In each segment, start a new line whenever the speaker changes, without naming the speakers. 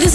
this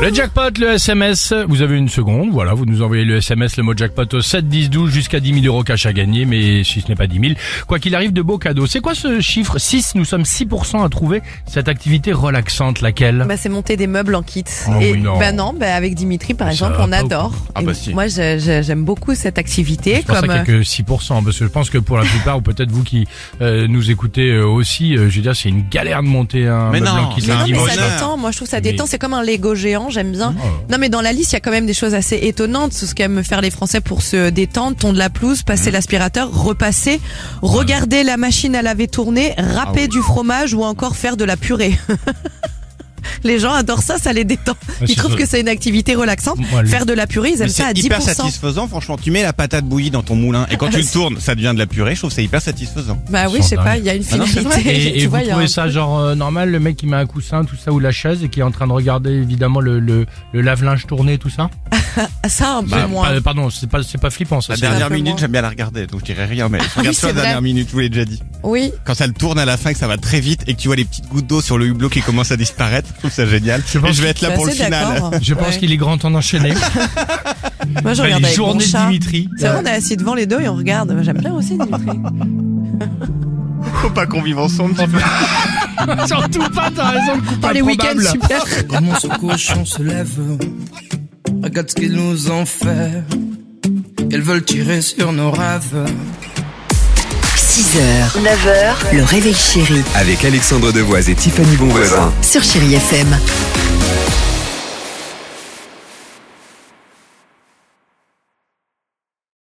Le jackpot, le SMS, vous avez une seconde, voilà, vous nous envoyez le SMS, le mot jackpot au 7, 10, 12, jusqu'à 10 000 euros cash à gagner, mais si ce n'est pas 10 000, quoi qu'il arrive, de beaux cadeaux. C'est quoi ce chiffre 6, nous sommes 6% à trouver cette activité relaxante, laquelle
Bah, c'est monter des meubles en kit.
Oh
et
oui, non.
bah non, bah, avec Dimitri par
Ça
exemple,
va
on
pas ou
adore.
quoi Ah,
Et
bah, si.
Eh ben, Moi, je- je- j'aime beaucoup cette activité.
C'est pour ça
Comme
qu'il n'y a
euh,
que 6%, parce que je pense que pour la plupart, ou peut-être vous qui euh, nous écoutez euh, aussi, euh, je veux dire, c'est une galère de monter un
Mais
meuble
non,
en kit
mais
un
non, mais
dimanche
ça
bonheur.
détend. Moi, je trouve ça
Mais-
détend. C'est comme un Lego géant. J'aime bien.
soir.
Non, mais dans la liste, il y a quand même des choses assez étonnantes. Tout ce qu'aiment faire les Français pour se détendre, tondre la pelouse, passer l'aspirateur, repasser, regarder la machine à laver tourner, râper
Ah oui.
du fromage ou encore faire de la purée. les gens adorent ça, ça les détend.
c'est
Ils trouvent
vrai.
que c'est une activité relaxante.
Moi, le-
Faire de la purée, ils aiment
Mais
ça à
C'est
10%.
hyper satisfaisant, franchement. Tu mets la patate bouillie dans ton moulin et quand tu le tournes, ça devient de la purée. Je trouve que c'est hyper satisfaisant.
Bah oui,
Ils
je
sont
sais
dingues.
pas, il y a une
Ah non, c'est
finalité.
vrai.
Et,
tu
et
vois,
vous
il y a
trouvez
un-
ça genre euh, normal, le mec qui met un coussin, tout ça, ou la chaise, et qui est en train de regarder évidemment le, le, le lave-linge tourner, tout ça
Ah, ça un peu
Bah,
moins.
pa- Pardon, c'est pas, c'est pas flippant ça.
La
c'est-
un
dernière
peu
minute,
moins.
j'aime bien la regarder, donc je dirais rien, mais je regarde
Ah oui,
ça
c'est
la dernière
vrai.
minute, je vous l'ai déjà dit.
Oui,
Quand ça le tourne à la fin, que ça va très vite et que tu vois les petites gouttes d'eau sur le hublot qui commence à disparaître, je trouve ça génial.
Je pense
et je vais être là
bah,
pour le
c'est
final.
d'accord.
Je pense
Ouais.
qu'il est grand temps d'enchaîner.
Moi, je
Allez,
regarde avec mon
journée de
chat.
Dimitri.
C'est vrai, on est assis devant les deux et on regarde. J'aime bien aussi Dimitri.
Faut pas qu'on vive ensemble.
Surtout pas, t'as raison, le
Oh,
coupable
les week-ends,
probable.
super.
Comment ce cochon se lève Regarde ce qu'ils nous ont fait. Ils veulent tirer sur nos rêves.
6h, 9h, le réveil chéri
Avec Alexandre Devoise et Tiffany Bonvoisin.
sur Chérie FM.